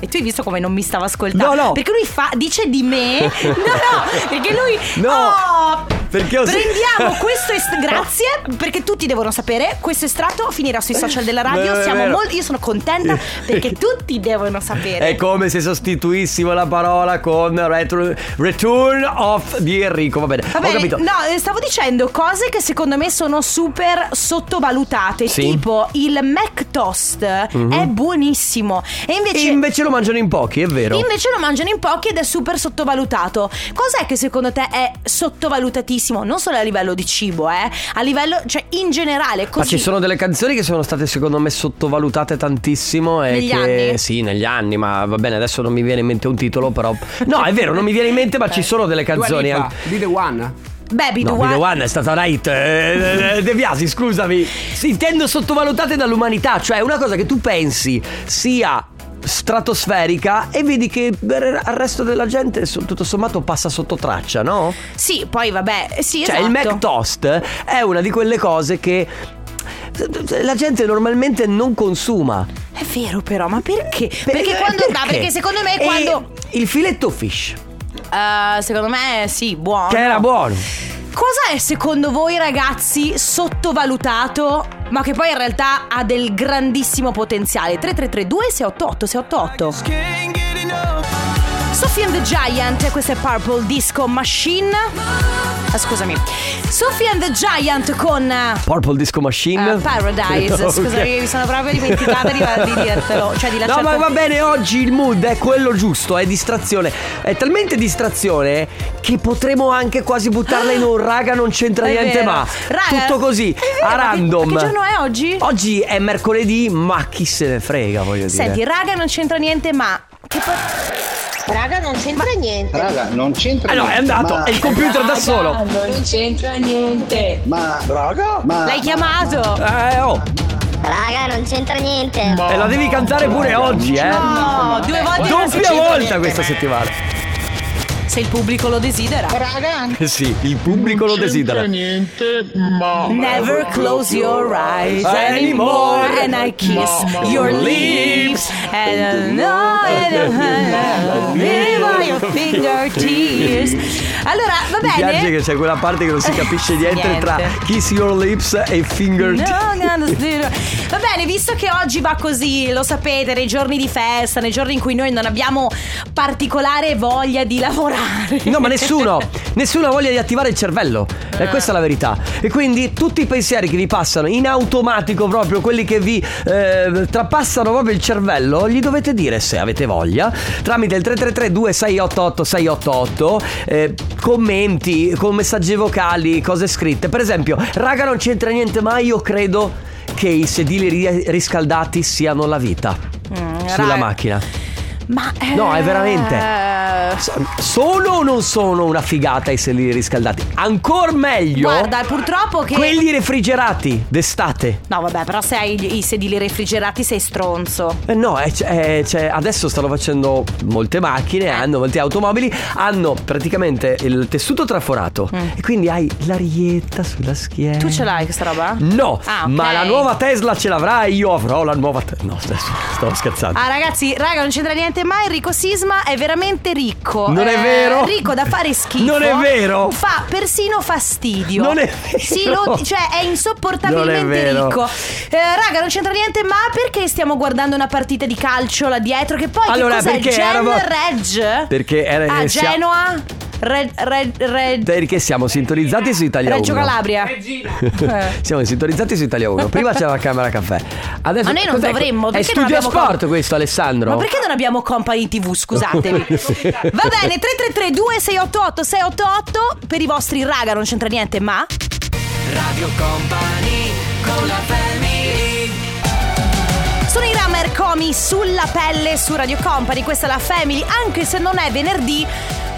Speaker 3: E tu hai visto come non mi stava ascoltando? No, no. Perché lui fa, dice di
Speaker 2: (laughs)
Speaker 3: me. No, no, perché lui.
Speaker 2: No.
Speaker 3: Oh,
Speaker 2: Perché ho-
Speaker 3: Prendiamo
Speaker 2: (laughs)
Speaker 3: questo est- Grazie, perché tutti devono sapere. Questo estratto finirà sui social della radio.
Speaker 2: Vero,
Speaker 3: Siamo
Speaker 2: vero.
Speaker 3: molto. Io sono contenta
Speaker 2: (laughs)
Speaker 3: perché tutti devono sapere.
Speaker 2: È come se sostituissimo la parola con retro- Return of di Enrico. Va bene,
Speaker 3: Va
Speaker 2: ho
Speaker 3: bene,
Speaker 2: capito.
Speaker 3: no, eh, stavo dicendo cose che secondo me sono super sottovalutate.
Speaker 2: Sì.
Speaker 3: Tipo il Mac Toast
Speaker 2: Mhm.
Speaker 3: è buonissimo. E invece.
Speaker 2: Invece lo mangiano in pochi, è vero.
Speaker 3: Invece lo mangiano in pochi ed è super sottovalutato. Cos'è che secondo te è sottovalutatissimo? Non solo a livello di cibo, eh, a livello, cioè in generale. Così.
Speaker 2: Ma ci sono delle canzoni che sono state secondo me sottovalutate tantissimo e
Speaker 3: Negli
Speaker 2: che
Speaker 3: anni?
Speaker 2: sì, negli anni, ma va bene, adesso non mi viene in mente un titolo, però No, è vero, non mi viene in
Speaker 3: (laughs)
Speaker 2: mente,
Speaker 3: Eh,
Speaker 2: ma ci sono delle canzoni anche
Speaker 14: Be the one.
Speaker 3: Baby,
Speaker 2: No, Video One è stata una hit eh, eh, De Biasi, scusami Sì, Intendo sottovalutate dall'umanità Cioè una cosa che tu pensi sia stratosferica E vedi che per il resto della gente so- Tutto sommato passa sotto traccia, no?
Speaker 3: Sì, poi vabbè, sì,
Speaker 2: Cioè
Speaker 3: esatto.
Speaker 2: il Mac Toast è una di quelle cose che la gente normalmente non consuma
Speaker 3: È vero però, ma perché? Perché
Speaker 2: eh,
Speaker 3: quando no, perché secondo me
Speaker 2: E
Speaker 3: quando
Speaker 2: il filetto fish
Speaker 3: Eh, secondo me sì, buono.
Speaker 2: Che era buono
Speaker 3: Cosa è secondo voi ragazzi sottovalutato ma che poi in realtà ha del grandissimo potenziale? 3332 688 688 Sophie and the Giant, questa è Purple Disco Machine. Ah, scusami. Sophie and the Giant con eh,
Speaker 2: Purple Disco Machine
Speaker 3: Ah, Paradise.
Speaker 2: (laughs) Ok.
Speaker 3: Scusami, mi sono proprio dimenticata di, di dirtelo. Cioè di
Speaker 2: No,
Speaker 3: lasciartelo.
Speaker 2: ma va bene, oggi il mood è quello giusto, è distrazione. È talmente distrazione che potremmo anche quasi buttarla in un raga, non c'entra
Speaker 3: Ah! È
Speaker 2: niente,
Speaker 3: vero.
Speaker 2: ma
Speaker 3: Raga,
Speaker 2: tutto così,
Speaker 3: è vero,
Speaker 2: a
Speaker 3: ma che-
Speaker 2: random.
Speaker 3: ma che giorno è oggi?
Speaker 2: Oggi è mercoledì, ma chi se ne frega, voglio dire.
Speaker 3: Senti, raga, non c'entra niente, ma. Che Raga, non c'entra niente.
Speaker 14: Raga, non c'entra
Speaker 2: Eh no, è
Speaker 14: niente,
Speaker 2: andato,
Speaker 14: ma-
Speaker 2: è il computer da solo.
Speaker 3: Non c'entra niente.
Speaker 14: Ma raga, ma
Speaker 3: L'hai chiamato?
Speaker 2: Eh, oh.
Speaker 11: Raga, non c'entra niente.
Speaker 2: E la devi cantare pure oggi, eh.
Speaker 3: No, due volte non
Speaker 2: Doppia
Speaker 3: succede
Speaker 2: volta
Speaker 3: niente,
Speaker 2: questa settimana. (laughs)
Speaker 3: Se il pubblico lo desidera. Raga.
Speaker 2: Sì, il pubblico lo desidera.
Speaker 14: niente, ma
Speaker 3: Never close your eyes anymore and I kiss your lips and I know
Speaker 2: (laughs)
Speaker 3: it live on your fingertips. Allora, va
Speaker 2: Mi piace
Speaker 3: bene.
Speaker 2: che c'è quella parte che non si capisce niente,
Speaker 3: Niente.
Speaker 2: tra kiss your lips e finger
Speaker 3: No,
Speaker 2: tips.
Speaker 3: no, no, no. Va bene, visto che oggi va così, lo sapete, nei giorni di festa, nei giorni in cui noi non abbiamo particolare voglia di lavorare.
Speaker 2: No, ma
Speaker 3: (laughs)
Speaker 2: nessuno, nessuno ha voglia di attivare il cervello.
Speaker 3: Ah.
Speaker 2: E questa è la verità. E quindi tutti i pensieri che vi passano in automatico, proprio quelli che vi eh, trapassano proprio il cervello, gli dovete dire se avete voglia tramite il 333-2688-688. eh, commenti con messaggi vocali, cose scritte. Per esempio, raga, non c'entra niente, ma io credo che i sedili ri- riscaldati siano la vita
Speaker 3: Mm,
Speaker 2: sulla
Speaker 3: raga.
Speaker 2: macchina.
Speaker 3: Ma
Speaker 2: No, è
Speaker 3: eh,
Speaker 2: veramente. So- Sono o non sono una figata i sedili riscaldati? Ancora meglio
Speaker 3: Guarda, purtroppo che
Speaker 2: quelli refrigerati d'estate.
Speaker 3: No, vabbè, però se hai gli- i sedili refrigerati sei stronzo.
Speaker 2: Eh no, eh, c- eh, cioè, adesso stanno facendo molte
Speaker 3: Eh.
Speaker 2: macchine, hanno molte automobili, hanno praticamente il tessuto traforato e quindi hai l'arietta sulla schiena.
Speaker 3: Mm. Tu ce l'hai questa roba?
Speaker 2: No,
Speaker 3: Ah, ok.
Speaker 2: ma la nuova Tesla ce l'avrai, io avrò la nuova Tesla. No, adesso stavo scherzando.
Speaker 3: Ah ragazzi, raga, non c'entra niente mai, Enrico Sisma è veramente ricco. Eh,
Speaker 2: Non è vero.
Speaker 3: Ricco da fare schifo.
Speaker 2: Non è vero.
Speaker 3: Fa persino fastidio.
Speaker 2: Non è vero.
Speaker 3: Sì, lo- cioè è insopportabilmente
Speaker 2: Non è vero.
Speaker 3: ricco. Eh, raga, non c'entra niente, ma perché stiamo guardando una partita di calcio là dietro? Che poi
Speaker 2: Allora,
Speaker 3: che cos'è?
Speaker 2: perché
Speaker 3: Gen
Speaker 2: eravamo-
Speaker 3: Reg?
Speaker 2: Perché era
Speaker 3: Ah,
Speaker 2: sia-
Speaker 3: Genoa? Reg, Reg, Reg-
Speaker 2: Perché siamo sintonizzati su Italia Eh. 1.
Speaker 3: Reggio Calabria. (laughs)
Speaker 2: Siamo sintonizzati su Italia 1. Prima c'era la camera caffè. Adesso
Speaker 3: Ma noi non
Speaker 2: cos'è?
Speaker 3: dovremmo,
Speaker 2: È
Speaker 3: perché non
Speaker 2: studio
Speaker 3: abbiamo
Speaker 2: sport questo, Alessandro. Eh,
Speaker 3: Ma perché non abbiamo company
Speaker 15: (laughs)
Speaker 3: TV, scusatevi? Va bene, 3332 688 688 per i vostri raga, non c'entra niente, ma
Speaker 1: Radio Company con la family
Speaker 3: sono i Rammer Comi sulla pelle su Radio Company, questa è la Family, anche se non è venerdì.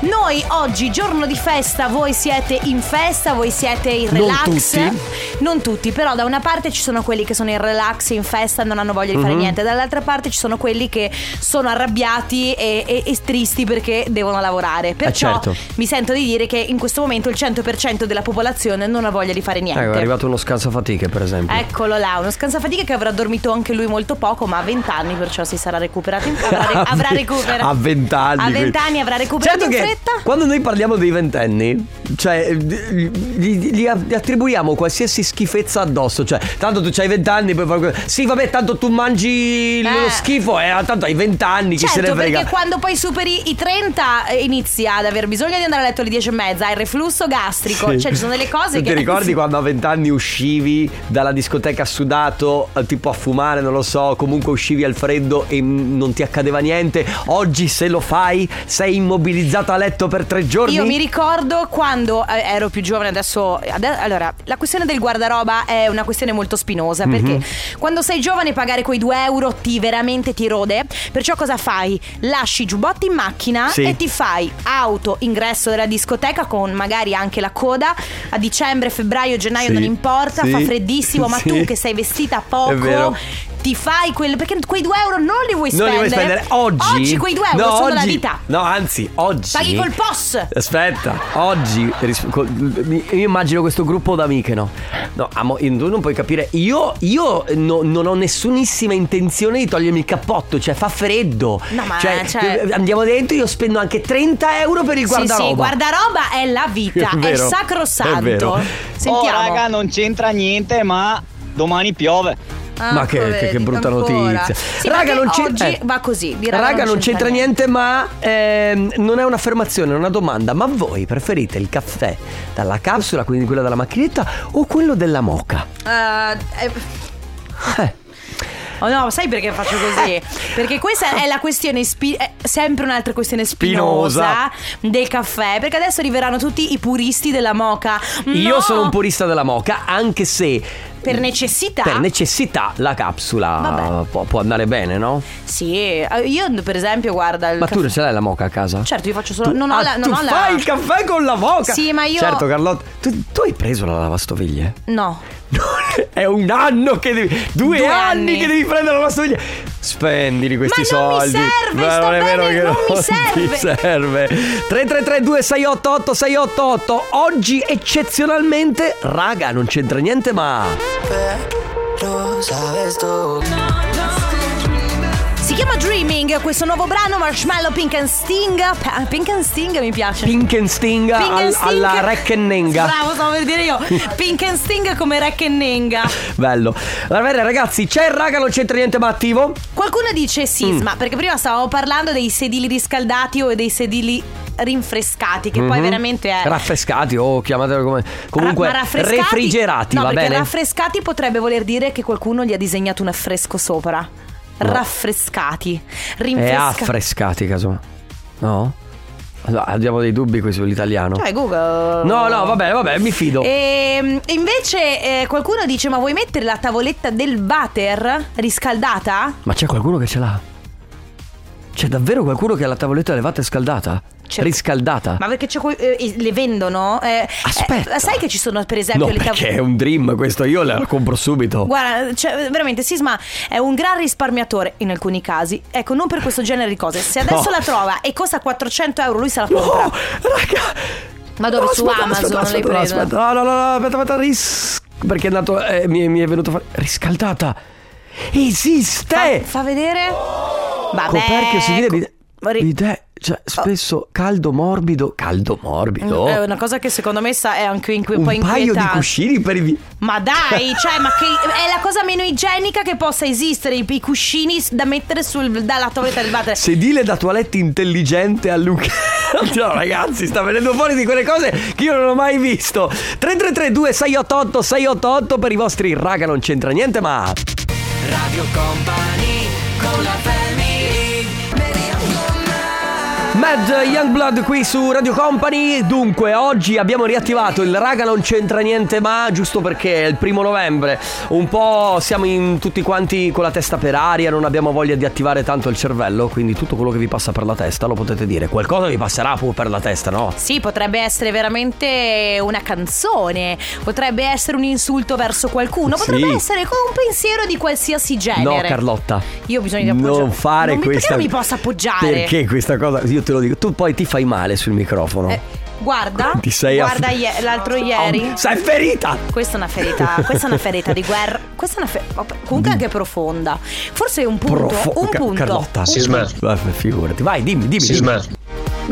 Speaker 3: Noi oggi, giorno di festa, voi siete in festa, voi siete in
Speaker 15: Non
Speaker 3: relax.
Speaker 15: tutti.
Speaker 3: Non tutti, però da una parte ci sono quelli che sono in relax, in festa, non hanno voglia di fare
Speaker 15: Mhm.
Speaker 3: niente, dall'altra parte ci sono quelli che sono arrabbiati e, e- e tristi perché devono lavorare. Perciò
Speaker 2: certo.
Speaker 3: mi sento di dire che in questo momento il 100% della popolazione non ha voglia di fare niente. Ecco,
Speaker 2: Ecco, è arrivato uno scansafatiche, per esempio.
Speaker 3: Eccolo là, uno scansafatiche che avrà dormito anche lui molto poco, ma a 20 anni perciò si sarà recuperato in
Speaker 2: (laughs)
Speaker 3: avrà, avrà recuperato.
Speaker 2: A vent'anni.
Speaker 3: A 20 anni avrà recuperato
Speaker 2: certo
Speaker 3: in
Speaker 2: che
Speaker 3: fretta.
Speaker 2: Quando noi parliamo dei ventenni, cioè, gli, gli- gli attribuiamo qualsiasi schifezza addosso. Cioè, tanto tu hai vent'anni, poi fai quello- Sì, vabbè, tanto tu mangi lo
Speaker 3: Eh.
Speaker 2: schifo, eh, tanto hai vent'anni, chi se ne
Speaker 3: Certo,
Speaker 2: frega.
Speaker 3: perché quando poi superi i 30 eh, inizi ad aver bisogno di andare a letto alle 10 e mezza, hai il reflusso gastrico,
Speaker 2: Sì.
Speaker 3: cioè ci sono delle cose
Speaker 2: Tu
Speaker 3: che...
Speaker 2: Ti ricordi
Speaker 3: (laughs) Sì.
Speaker 2: quando a vent'anni uscivi dalla discoteca sudato, eh, tipo a fumare, non lo so, comunque uscivi al freddo e mm, non ti accadeva niente? Oggi se lo fai sei immobilizzato a letto per tre giorni?
Speaker 3: Io mi ricordo quando eh, ero più giovane, adesso, ade- Allora, la questione del guardaroba è una questione molto spinosa
Speaker 15: Mhm.
Speaker 3: perché quando sei giovane pagare quei 2 euro ti veramente ti rode. Perciò cosa fai? Lasci i giubbotti in macchina
Speaker 15: Sì.
Speaker 3: e ti fai auto, ingresso della discoteca con magari anche la coda. A dicembre, febbraio, gennaio
Speaker 15: Sì.
Speaker 3: non importa,
Speaker 15: Sì.
Speaker 3: fa freddissimo,
Speaker 2: (laughs)
Speaker 3: ma
Speaker 15: Sì.
Speaker 3: tu che sei vestita poco...
Speaker 2: È vero.
Speaker 3: Ti fai quel. Perché quei 2 euro non li vuoi
Speaker 2: non li vuoi
Speaker 3: spendere.
Speaker 2: spendere oggi?
Speaker 3: Oggi quei 2 euro
Speaker 2: no,
Speaker 3: sono
Speaker 2: oggi,
Speaker 3: la vita.
Speaker 2: No, anzi, oggi.
Speaker 3: Paghi col POS.
Speaker 2: Aspetta, oggi ris- col- mi- io immagino questo gruppo d'amiche, no? No, amo, io- tu non puoi capire. Io, io no- non ho nessunissima intenzione di togliermi il cappotto, cioè fa freddo.
Speaker 3: No, ma, cioè-
Speaker 2: eh, andiamo dentro, io spendo anche 30 euro per il guardaroba.
Speaker 3: Sì, sì, guardaroba è la vita,
Speaker 2: (laughs) È
Speaker 3: è,
Speaker 2: vero,
Speaker 3: sacrosanto.
Speaker 2: è vero.
Speaker 3: Sentiamo.
Speaker 16: Oh, raga, non c'entra niente, ma domani piove.
Speaker 3: Ah,
Speaker 2: Ma che-
Speaker 3: ecco,
Speaker 2: che- che
Speaker 3: vedi,
Speaker 2: brutta
Speaker 3: ancora.
Speaker 2: notizia.
Speaker 3: Sì,
Speaker 2: Raga,
Speaker 3: perché
Speaker 2: non c'è-
Speaker 3: oggi
Speaker 2: eh.
Speaker 3: va così. di
Speaker 2: Raga, non c'entra niente, ma ehm, non è un'affermazione, è una domanda. Ma voi preferite il caffè dalla capsula, quindi quello dalla macchinetta, o quello della moca?
Speaker 3: Eh, eh. Oh no, sai perché faccio così? Perché questa è la questione spi- è sempre un'altra questione spinosa, del caffè, perché adesso arriveranno tutti i puristi della moca.
Speaker 2: Io
Speaker 3: No,
Speaker 2: sono un purista della moca, anche se
Speaker 3: per necessità.
Speaker 2: per necessità la capsula può, può andare bene, no?
Speaker 3: sì, eh, io per esempio guarda il
Speaker 2: Ma
Speaker 3: caffè-
Speaker 2: tu ce l'hai la moca a casa?
Speaker 3: Certo, io faccio solo
Speaker 2: Tu-
Speaker 3: non ho
Speaker 2: ah,
Speaker 3: la non
Speaker 2: tu
Speaker 3: ho la-
Speaker 2: fai il caffè con la moca.
Speaker 3: Sì, ma io
Speaker 2: Certo, Carlotta, tu, tu hai preso la lavastoviglie? (laughs)
Speaker 3: No.
Speaker 2: È un anno che devi. Due,
Speaker 3: Due
Speaker 2: anni.
Speaker 3: anni.
Speaker 2: che devi prendere la lavastoviglie. Spendili questi
Speaker 3: Ma non mi
Speaker 2: soldi.
Speaker 3: serve,
Speaker 2: Ma (laughs)
Speaker 3: sto
Speaker 2: non è vero
Speaker 3: bene,
Speaker 2: che
Speaker 3: non mi
Speaker 2: ti serve. 3332688688 Oggi eccezionalmente, raga, non c'entra niente, ma.
Speaker 3: Si chiama Dreaming, questo nuovo brano Marshmallow Pink and Sting. Pa- Pink and Sting mi piace.
Speaker 2: Pink and Sting
Speaker 3: Pink and
Speaker 2: al-
Speaker 3: Sting.
Speaker 2: alla Reckenenga.
Speaker 3: Bravo, stavo
Speaker 2: (laughs)
Speaker 3: per dire io. Pink and Sting come Reckenenga.
Speaker 2: Bello. Va bene, ragazzi, c'è raga, non c'entra niente, ma attivo.
Speaker 3: Qualcuno dice
Speaker 2: Mm.
Speaker 3: sisma, perché prima stavamo parlando dei sedili riscaldati o dei sedili rinfrescati, che poi
Speaker 2: Mhm.
Speaker 3: veramente è.
Speaker 2: Raffrescati o chiamatelo come. Comunque,
Speaker 3: Eh. Ra- ma raffrescati-
Speaker 2: refrigerati,
Speaker 3: no,
Speaker 2: va
Speaker 3: perché
Speaker 2: bene?
Speaker 3: Raffrescati potrebbe voler dire che qualcuno gli ha disegnato un affresco sopra.
Speaker 2: No.
Speaker 3: Raffrescati.
Speaker 2: È
Speaker 3: Rinfrescati.
Speaker 2: Eh, affrescati, casomai. No? Allora, abbiamo dei dubbi qui sull'italiano.
Speaker 3: Cioè, Google.
Speaker 2: No, no, vabbè, vabbè, mi fido.
Speaker 3: E Ehm, invece eh, qualcuno dice: Ma vuoi mettere la tavoletta del butter riscaldata?
Speaker 2: Ma c'è qualcuno che ce l'ha? C'è davvero qualcuno che ha la tavoletta elevata e scaldata?
Speaker 3: C'è-
Speaker 2: Riscaldata?
Speaker 3: Ma perché c'è que- eh, le vendono? Eh,
Speaker 2: Aspetta.
Speaker 3: eh, sai che ci sono, per esempio,
Speaker 2: No,
Speaker 3: le
Speaker 2: perché è
Speaker 3: tavolette.
Speaker 2: un dream questo, io la compro subito.
Speaker 3: Guarda, cioè, veramente Sisma è un gran risparmiatore in alcuni casi. Ecco, non per questo genere di cose. Se
Speaker 2: No.
Speaker 3: adesso la trova e costa 400 euro, lui se la compra.
Speaker 2: Oh,
Speaker 3: Ma dove?
Speaker 2: No,
Speaker 3: su
Speaker 2: aspetta,
Speaker 3: Amazon
Speaker 2: aspetta,
Speaker 3: l'hai
Speaker 2: aspetta, no,
Speaker 3: presa?
Speaker 2: aspetta. No, no, no, no, aspetta, aspetta, ris- Perché è andato. eh, mi, è- mi è venuto. fa- Riscaldata! Esiste!
Speaker 3: Ah, Fa vedere? Vabbè.
Speaker 2: Eh. Coperchio si vede.
Speaker 3: co- ri-
Speaker 2: Bidè, cioè, spesso caldo morbido. Caldo morbido.
Speaker 3: Mm, È una cosa che secondo me sa- è anche in cui
Speaker 2: un
Speaker 3: poi
Speaker 2: paio di
Speaker 3: inquietante.
Speaker 2: cuscini per i. vi-
Speaker 3: Ma dai, cioè, ma che è la cosa meno igienica che possa esistere, i, i cuscini s- da mettere sul, dalla tovaglietta del water.
Speaker 2: Sedile da toilette intelligente a Luca. (laughs) No, ragazzi, sta venendo fuori di quelle cose che io non ho mai visto. 3332 688 688 per i vostri raga, non c'entra niente, ma.
Speaker 1: Radio Company con la family.
Speaker 2: Ma Red Youngblood qui su Radio Company. Dunque, oggi abbiamo riattivato il Raga non c'entra niente ma, giusto perché è il primo novembre. Un po' siamo in tutti quanti con la testa per aria, non abbiamo voglia di attivare tanto il cervello, quindi tutto quello che vi passa per la testa lo potete dire. Qualcosa vi passerà pure per la testa, no?
Speaker 3: Sì, potrebbe essere veramente una canzone, potrebbe essere un insulto verso qualcuno,
Speaker 2: Sì.
Speaker 3: potrebbe essere un pensiero di qualsiasi
Speaker 2: No,
Speaker 3: genere.
Speaker 2: Carlotta.
Speaker 3: Io ho bisogno di appoggiare.
Speaker 2: Non fare
Speaker 3: mi-
Speaker 2: questa
Speaker 3: Perché non mi posso appoggiare?
Speaker 2: Perché questa cosa, io te lo dico, tu poi ti fai male sul microfono.
Speaker 3: Eh, guarda,
Speaker 2: Ti sei
Speaker 3: guarda
Speaker 2: aff- Ah,
Speaker 3: ie- l'altro ieri.
Speaker 2: Sei ferita!
Speaker 3: Questa è una ferita, questa è una ferita di guerra. Questa è una ferita, comunque anche profonda. Forse un punto,
Speaker 2: Profo-
Speaker 3: un
Speaker 2: Mm. Ca-
Speaker 3: punto.
Speaker 2: Carlotta.
Speaker 3: un punto.
Speaker 2: Vabbè, eh, Figurati, vai, dimmi, dimmi.
Speaker 15: Sisma.
Speaker 2: dimmi.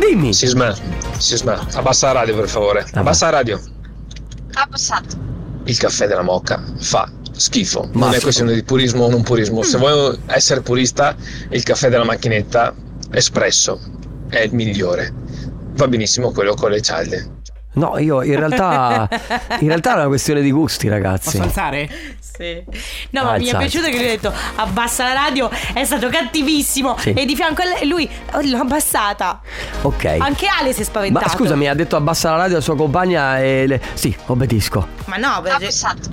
Speaker 2: Dimmi. Ah,
Speaker 15: Sisma. Sisma. Abbassa la radio per favore. Abbassa la radio.
Speaker 6: Abbassato.
Speaker 15: Il caffè della mocca fa schifo.
Speaker 2: Ma-
Speaker 15: non è questione di purismo o non purismo.
Speaker 2: Mm.
Speaker 15: Se vuoi essere purista, il caffè della macchinetta espresso è il migliore. Va benissimo quello con le cialde.
Speaker 2: No, io in realtà. in realtà è una questione di gusti, ragazzi.
Speaker 15: alzare?
Speaker 3: Sì. No, ma
Speaker 2: Ah,
Speaker 3: mi è
Speaker 2: alzati.
Speaker 3: piaciuto che lui ha detto abbassa la radio, è stato cattivissimo.
Speaker 2: Sì.
Speaker 3: E di fianco a lei, lui "Oh, l'ho abbassata.
Speaker 2: Ok.
Speaker 3: Anche Ale si è
Speaker 2: Ma
Speaker 3: spaventato.
Speaker 2: scusami, ha detto abbassa la radio alla sua compagna e. le- Sì, obbedisco.
Speaker 3: Ma no, perché... Abbassato.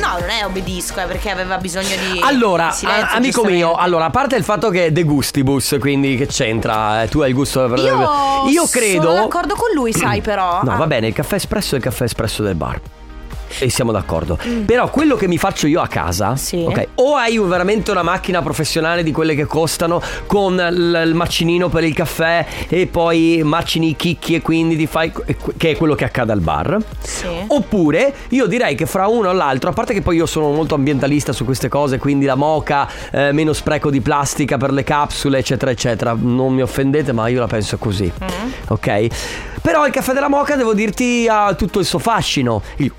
Speaker 3: No, non è obbedisco, è perché aveva bisogno di.
Speaker 2: Allora,
Speaker 3: di Eh, silenzio,
Speaker 2: a- amico
Speaker 3: giustamente.
Speaker 2: mio, allora, a parte il fatto che è de gustibus, quindi che c'entra? Eh, Tu hai il gusto per
Speaker 3: Io,
Speaker 2: Io credo.
Speaker 3: Sono d'accordo con lui, sai, però.
Speaker 2: No,
Speaker 3: Ah,
Speaker 2: va bene, il caffè espresso è il caffè espresso del bar. E siamo d'accordo. Però quello che mi faccio io a casa, ok, o hai un- veramente una macchina professionale di quelle che costano con l- il macinino per il caffè e poi macini i chicchi e quindi ti fai e que- che è quello che accade al bar. Oppure io direi che fra uno e l'altro, a parte che poi io sono molto ambientalista su queste cose, quindi la moca, eh, meno spreco di plastica per le capsule, eccetera, eccetera. Non mi offendete, ma io la penso così.
Speaker 3: Mm.
Speaker 2: Ok? Però il caffè della moca, devo dirti, ha tutto il suo fascino. Il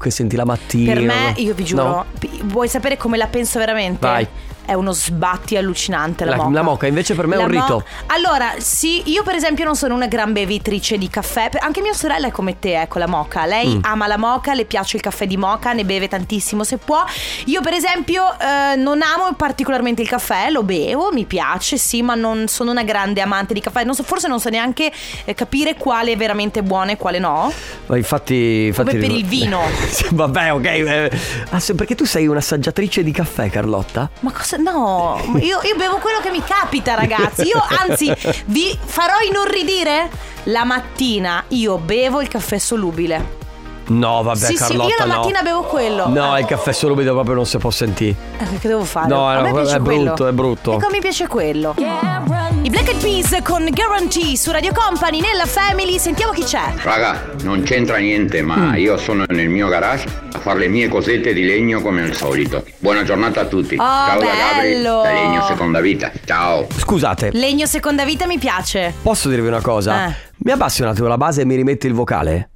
Speaker 2: che senti la mattina.
Speaker 3: Per me, io vi giuro,
Speaker 2: No?
Speaker 3: pi- vuoi sapere come la penso veramente?
Speaker 2: Vai.
Speaker 3: È uno sbatti allucinante la,
Speaker 2: La,
Speaker 3: moca.
Speaker 2: la moca invece per me è
Speaker 3: La
Speaker 2: un
Speaker 3: mo-
Speaker 2: rito.
Speaker 3: allora, sì, io per esempio non sono una gran bevitrice di caffè. Per- Anche mia sorella è come te, ecco la moca. Lei
Speaker 2: Mm.
Speaker 3: ama la moca, le piace il caffè di moca, ne beve tantissimo se può. Io per esempio eh, non amo particolarmente il caffè, lo bevo, mi piace, sì, ma non sono una grande amante di caffè. Non so- forse non so neanche eh, capire quale è veramente buono e quale no.
Speaker 2: Ma infatti, infatti.
Speaker 3: Come per il vino.
Speaker 2: Sì, (laughs) Vabbè, ok. eh. Ah, se- perché tu sei un'assaggiatrice di caffè, Carlotta?
Speaker 3: Ma cosa? No, ma io, io bevo quello che mi capita, ragazzi. Io anzi vi farò inorridire. La mattina io bevo il caffè solubile.
Speaker 2: No, vabbè,
Speaker 3: sì,
Speaker 2: Carlotta.
Speaker 3: sì, io la
Speaker 2: no.
Speaker 3: mattina bevo quello.
Speaker 2: No, il caffè solo vedo proprio non si può sentire.
Speaker 3: Eh, Che devo fare?
Speaker 2: No,
Speaker 3: A me
Speaker 2: no,
Speaker 3: piace
Speaker 2: è brutto,
Speaker 3: quello.
Speaker 2: è brutto.
Speaker 3: Ecco, mi piace quello. I Black Eyed Peas con Guarantee su Radio Company nella Family. Sentiamo chi c'è.
Speaker 17: Raga, non c'entra niente,
Speaker 2: Mm.
Speaker 17: ma io sono nel mio garage a fare le mie cosette di legno come al solito. Buona giornata a tutti.
Speaker 3: Oh,
Speaker 17: Ciao da Gabri,
Speaker 3: bello.
Speaker 17: da Legno Seconda Vita. Ciao.
Speaker 2: Scusate,
Speaker 3: Legno seconda vita mi piace.
Speaker 2: posso dirvi una cosa?
Speaker 3: Eh.
Speaker 2: Mi abbassi un attimo la base e mi rimetti il vocale?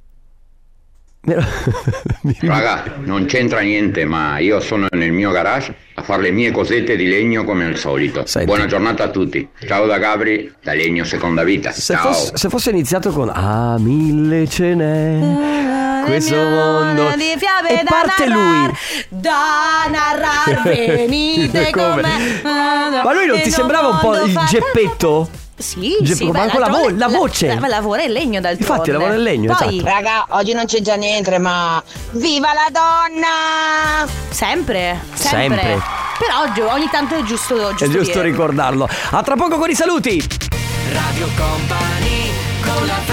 Speaker 17: Raga, non c'entra niente, ma io sono nel mio garage a fare le mie cosette di legno come al solito. Buona giornata a tutti. Ciao da Gabri, da Legno Seconda Vita.
Speaker 2: (laughs) Se,
Speaker 17: Ciao.
Speaker 2: fosse, se fosse iniziato con Ah, mille ce
Speaker 3: Eh,
Speaker 2: n'è. Questo mondo.
Speaker 3: Di fiabe
Speaker 2: E
Speaker 3: da
Speaker 2: parte
Speaker 3: narrar,
Speaker 2: lui.
Speaker 3: Da
Speaker 2: (laughs)
Speaker 3: narrar, venite
Speaker 2: Come?
Speaker 3: con me.
Speaker 2: Ma lui non ti sembrava un po'
Speaker 3: mondo
Speaker 2: il
Speaker 3: fa-
Speaker 2: geppetto?
Speaker 3: Sì,
Speaker 2: Gepp-
Speaker 3: sì,
Speaker 2: ma
Speaker 3: beh,
Speaker 2: con la, vo-
Speaker 3: d'altronde-
Speaker 2: la voce.
Speaker 3: La, lavora in legno d'altronde.
Speaker 2: Infatti, lavora in legno,
Speaker 3: Poi,
Speaker 2: esatto.
Speaker 18: Raga, oggi non c'è già niente, ma viva la donna!
Speaker 3: ah, Sempre, sempre.
Speaker 2: Sempre.
Speaker 3: Però oggi- ogni tanto è giusto, giusto
Speaker 2: È giusto
Speaker 3: dire.
Speaker 2: ricordarlo. A tra poco con i saluti.
Speaker 1: Radio Company con la